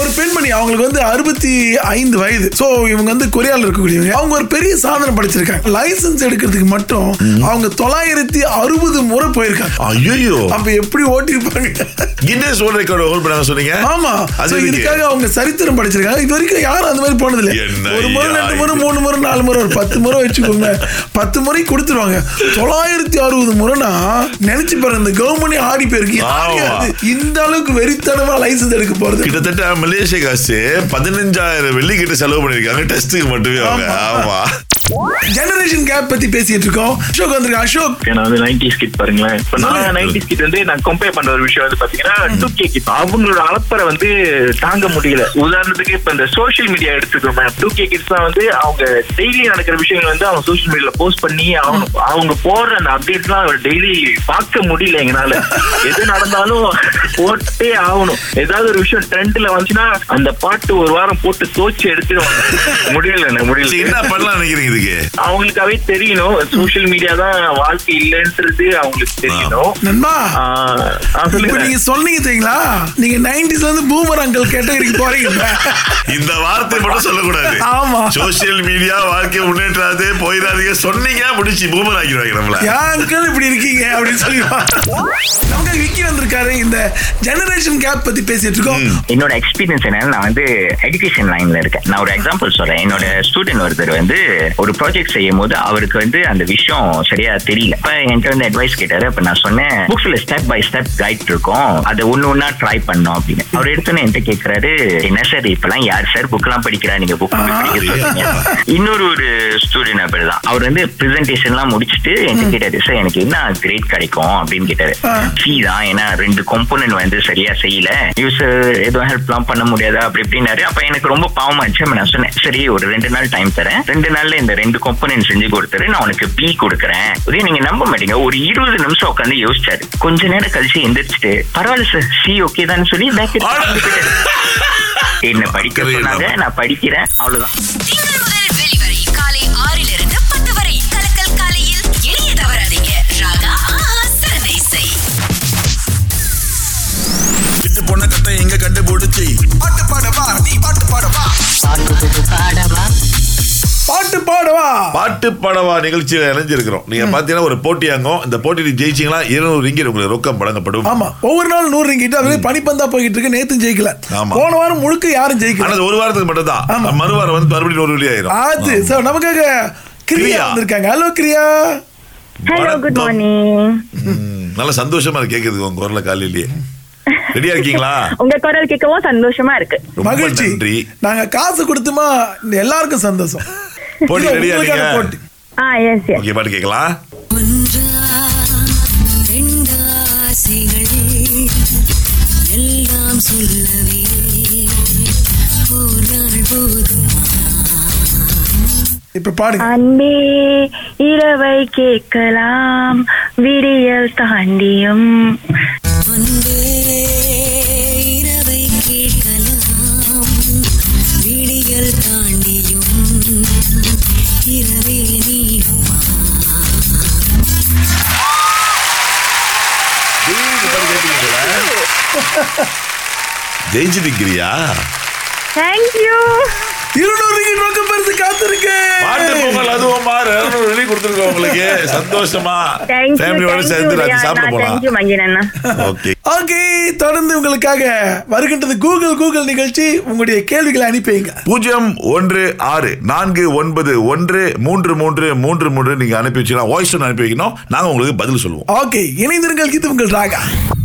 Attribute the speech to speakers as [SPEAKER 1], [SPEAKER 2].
[SPEAKER 1] ஒரு பெண்மணி அவங்களுக்கு வந்து அறுபத்தி ஐந்து வயது சோ இவங்க வந்து கொரியால இருக்கக்கூடியவங்க அவங்க ஒரு பெரிய சாதனை படிச்சிருக்காங்க லைசென்ஸ் எடுக்கிறதுக்கு மட்டும் அவங்க தொள்ளாயிரத்தி அறுபது முறை போயிருக்காங்க
[SPEAKER 2] ஐயோ
[SPEAKER 1] அப்ப எப்படி ஓட்டிருப்பாங்க
[SPEAKER 2] கின்னஸ் வேர்ல்ட் ரெக்கார்டு ஹோல்ட் பண்ணாங்க சொன்னீங்க
[SPEAKER 1] ஆமா
[SPEAKER 2] அது
[SPEAKER 1] So,
[SPEAKER 2] எதுக்கு?
[SPEAKER 1] இதுக்காக அவங்க சரித்திரம் படிச்சிருக்காங்க இது வரைக்கும் யாரும் அந்த மாதிரி போனது இல்ல
[SPEAKER 2] என்ன
[SPEAKER 1] ஒரு முறை
[SPEAKER 2] ஐயா
[SPEAKER 1] ரெண்டு
[SPEAKER 2] இது?
[SPEAKER 1] முறை மூணு முறை நாலு முறை ஒரு பத்து முறை வச்சுக்கோங்க பத்து முறை கொடுத்துருவாங்க தொள்ளாயிரத்தி அறுபது முறைனா நினைச்சு பாருங்க இந்த கவர்மெண்ட் ஆடி போயிருக்கு யாருங்க
[SPEAKER 2] ஆமா.
[SPEAKER 1] அது? இந்த அளவுக்கு வெறித்தனமா லைசென்ஸ் எடுக்க போறது
[SPEAKER 2] கிட்டத்தட்ட மலேசிய காசு பதினஞ்சாயிரம் வெள்ளி கிட்ட செலவு பண்ணிருக்காங்க டெஸ்ட்டுக்கு மட்டுமே அவங்க ஆமா
[SPEAKER 1] ஜெனரேஷன் கேப் பத்தி பேசிட்டு இருக்கோம் அசோக் வந்திருக்கேன் அசோக்
[SPEAKER 3] நான் வந்து நைன்டிஸ் கிட் பாருங்களேன் இப்ப நான் நைன்டிஸ் கிட் வந்து நான் கம்பேர் பண்ற ஒரு விஷயம் வந்து பாத்தீங்கன்னா டூ கே கிட் அவங்களோட அளப்பரை வந்து தாங்க முடியல உதாரணத்துக்கு இப்ப இந்த சோஷியல் மீடியா எடுத்துக்கோமே டூ கே கிட்ஸ் தான் வந்து அவங்க டெய்லி நடக்கிற விஷயங்கள் வந்து அவங்க சோஷியல் மீடியால போஸ்ட் பண்ணி அவங்க அவங்க போடுற அந்த அப்டேட்ஸ் எல்லாம் அவர் டெய்லி பார்க்க முடியல எங்கனால எது நடந்தாலும் போட்டே ஆகணும் ஏதாவது ஒரு விஷயம் ட்ரெண்ட்ல வந்துச்சுன்னா அந்த பாட்டு ஒரு வாரம் போட்டு தோச்சு எடுத்துடுவாங்க முடியல எனக்கு
[SPEAKER 2] சரி,
[SPEAKER 3] முடியல
[SPEAKER 2] என்ன பண்ணலாம் நினைக்கிறீங்க இதுக்கு
[SPEAKER 3] அவங்களுக்காவே தெரியணும் சோஷியல் மீடியா தான் வாழ்க்கை இல்லைன்றது அவங்களுக்கு தெரியணும்
[SPEAKER 1] நண்பா
[SPEAKER 3] ஆஹ் ஆ,
[SPEAKER 1] இப்ப
[SPEAKER 3] சொல்லுங்க
[SPEAKER 1] நீங்க சொன்னீங்க தெரியுங்களா நீங்க நைன்டிஸ்ல இருந்து பூமர் அங்கிள் கேட்டகரிக்கு போறீங்க
[SPEAKER 2] இந்த வார்த்தை மட்டும் சொல்லக்கூடாது
[SPEAKER 1] ஆமா.
[SPEAKER 2] சோசியல் மீடியா வாழ்க்கை முன்னேற்றாது போயிடாதீங்க சொன்னீங்க முடிச்சு பூமர் ஆக்கிடுவாங்க நம்மள
[SPEAKER 1] யாருக்கள் இப்படி இருக்கீங்க அப்படின்னு சொல்லி நமக்கு விக்கி வந்திருக்காரு இந்த ஜெனரேஷன் கேப் பத்தி பேசிட்டு இருக்கோம்
[SPEAKER 4] என்னோட எக்ஸ்பீரியன்ஸ் என்னன்னா நான் வந்து எஜுகேஷன் லைன்ல இருக்கேன் நான் ஒரு எக்ஸாம்பிள் சொல்றேன் என்னோட ஸ்டூடெண்ட் ஒருத்தர் வந்து ஒரு ப்ராஜெக்ட் செய்யும் போது அவருக்கு வந்து அந்த விஷயம் சரியா தெரியல அப்ப என்கிட்ட வந்து அட்வைஸ் கேட்டாரு அப்ப நான் சொன்னேன் புக்ஸ்ல ஸ்டெப் பை ஸ்டெப் ரைட் இருக்கும் அதை ஒண்ணு ஒண்ணா ட்ரை பண்ணோம் அப்படின்னு அவர் எடுத்தோன்னு என்கிட்ட கேக்குறாரு என்ன சார் இப்பெல்லாம் யார் சார் புக் எல்லாம் படிக்கிறா நீங்க புக் படிக்க சொல்றீங்க இன்னொரு ஒரு ஸ்டூடெண்ட் அப்படிதான் அவர் வந்து ப்ரெசன்டேஷன் எல்லாம் முடிச்சுட்டு என்கிட்ட கேட்டாரு சார் எனக்கு என்ன கிரேட் கிடைக்கும் அப்படின்னு கேட்டாரு
[SPEAKER 1] ஆ.
[SPEAKER 4] ஃபீ தான் ஏன்னா ரெண்டு component வந்து சரியா செய்யல யூசர் எதுவும் ஹெல்ப்லாம் பண்ண முடியாதா அப்படி இப்படின்னாரு அப்ப எனக்கு ரொம்ப பாவமாச்சு அப்ப நான் சொன்னேன் சரி ஒரு ரெண்டு நாள் டைம் தரேன் ரெண்டு நாள்ல இந்த ரெண்டு component செஞ்சு கொடுத்துரு நான் உனக்கு பி கொடுக்குறேன் இதே நீங்க நம்ப மாட்டீங்க ஒரு இருபது நிமிஷம் உட்காந்து யோசிச்சாரு கொஞ்ச நேரம் கழிச்சு எந்திரிச்சிட்டு பரவாயில்ல சார் சி ஓகே தான் சொல்லி back it
[SPEAKER 2] ஆட-
[SPEAKER 4] என்ன படிக்க
[SPEAKER 2] அக்கறை
[SPEAKER 4] சொன்னாங்க
[SPEAKER 2] இல்லாம.
[SPEAKER 4] நான் படிக்கிறேன் அவ்வளவுதான்
[SPEAKER 5] திங்கள் முதல் வெளிவரை காலை ஆறிலிருந்து பத்து வரை கலக்கல் காலையில் இணைய தவறாதீங்க ராகா ஆஹா சிறந்த இசை
[SPEAKER 6] விட்டு பொண்ண கத்தை எங்க கண்டுபிடிச்சி பாட்டு பாடவா நீ பாட்டு பாடவா
[SPEAKER 1] பாட்டு பாடவா
[SPEAKER 2] பாட்டு பாடவா நிகழ்ச்சியில இணைஞ்சிருக்கிறோம் நீங்க பாத்தீங்கன்னா ஒரு போட்டியாங்கும் இந்த போட்டியில் ஜெயிச்சீங்களா இருநூறு ரிங்கில் உங்களுக்கு ரொக்கம் வழங்கப்படும்
[SPEAKER 1] ஆமா ஒவ்வொரு நாள் நூறு ரிங்கிட்டு அப்படியே பனிப்பந்தா போய்கிட்டு இருக்கு நேத்து ஜெயிக்கல
[SPEAKER 2] ஆமா.
[SPEAKER 1] போன வாரம் முழுக்க யாரும்
[SPEAKER 2] ஆனா
[SPEAKER 1] ஜெயிக்கல
[SPEAKER 2] அது ஒரு வாரத்துக்கு மட்டும்
[SPEAKER 1] ஆமா.
[SPEAKER 2] தான் மறு வாரம் வந்து மறுபடியும் ஒரு வழி ஆயிரும்
[SPEAKER 1] அது சார் நமக்காக கிரியா
[SPEAKER 2] கிரியா.
[SPEAKER 1] வந்திருக்காங்க ஹலோ கிரியா
[SPEAKER 7] ஹலோ
[SPEAKER 2] வணக்கம்.
[SPEAKER 7] குட் மார்னிங்
[SPEAKER 2] ம், நல்ல சந்தோஷமா இருக்கு கேக்குறதுக்கு உங்க குரல காலையிலேயே ரெடியா இருக்கீங்களா
[SPEAKER 7] உங்க குரல் கேட்கவும் சந்தோஷமா இருக்கு
[SPEAKER 2] ரொம்ப
[SPEAKER 1] மகிழ்ச்சி
[SPEAKER 2] நன்றி
[SPEAKER 1] நாங்க காசு கொடுத்துமா இந்த எல்லாருக்கும் சந்தோஷம்
[SPEAKER 2] போட்டி
[SPEAKER 1] இது
[SPEAKER 2] ready ஆ
[SPEAKER 1] உங்களுக்கான
[SPEAKER 2] இருக்கீங்க?
[SPEAKER 1] போட்டி.
[SPEAKER 7] ஆ எஸ் எஸ்
[SPEAKER 2] ஓகே பாட்டு கேக்கலாம்
[SPEAKER 5] ஒன்றா ரெண்டாசைகளே எல்லாம் சொல்லவே போனால் போதுமா
[SPEAKER 1] இப்ப பாடுங்க
[SPEAKER 7] அன்பே இரவை கேட்கலாம் விடியல் தாண்டியும்
[SPEAKER 5] அன்பே இரவை கேட்கலாம் விடியல் தாண்டியும் இரவே நீடுமா
[SPEAKER 2] ஜெயிச்சிருக்கிறியா
[SPEAKER 7] தேங்க்யூ
[SPEAKER 1] இருநூறு ரிங்கிட் ரொக்க பெருசு காத்திருக்கு
[SPEAKER 2] பாட்டு பொங்கல் அதுவும் மாறு இருநூறு வெளி கொடுத்துருக்கோம் உங்களுக்கு சந்தோஷமா ஃபேமிலியோட சேர்ந்து ராத்திரி சாப்பிட
[SPEAKER 7] தேங்க்யூ
[SPEAKER 2] போலாம்
[SPEAKER 7] மஞ்சன் அண்ணா
[SPEAKER 2] ஓகே
[SPEAKER 1] ஓகே தொடர்ந்து உங்களுக்காக வருகின்றது கூகுள் கூகுள் நிகழ்ச்சி உங்களுடைய கேள்விகளை அனுப்பி வைங்க
[SPEAKER 2] பூஜ்ஜியம் ஒன்று ஆறு நான்கு ஒன்பது ஒன்று மூன்று மூன்று மூன்று மூன்று நீங்க அனுப்பி வச்சுக்கலாம் வாய்ஸ் அனுப்பி வைக்கணும் நாங்க உங்களுக்கு பதில் சொல்லுவோம்
[SPEAKER 1] ஓகே இணைந்திருங்கள் கீத்து உங்கள் ராகா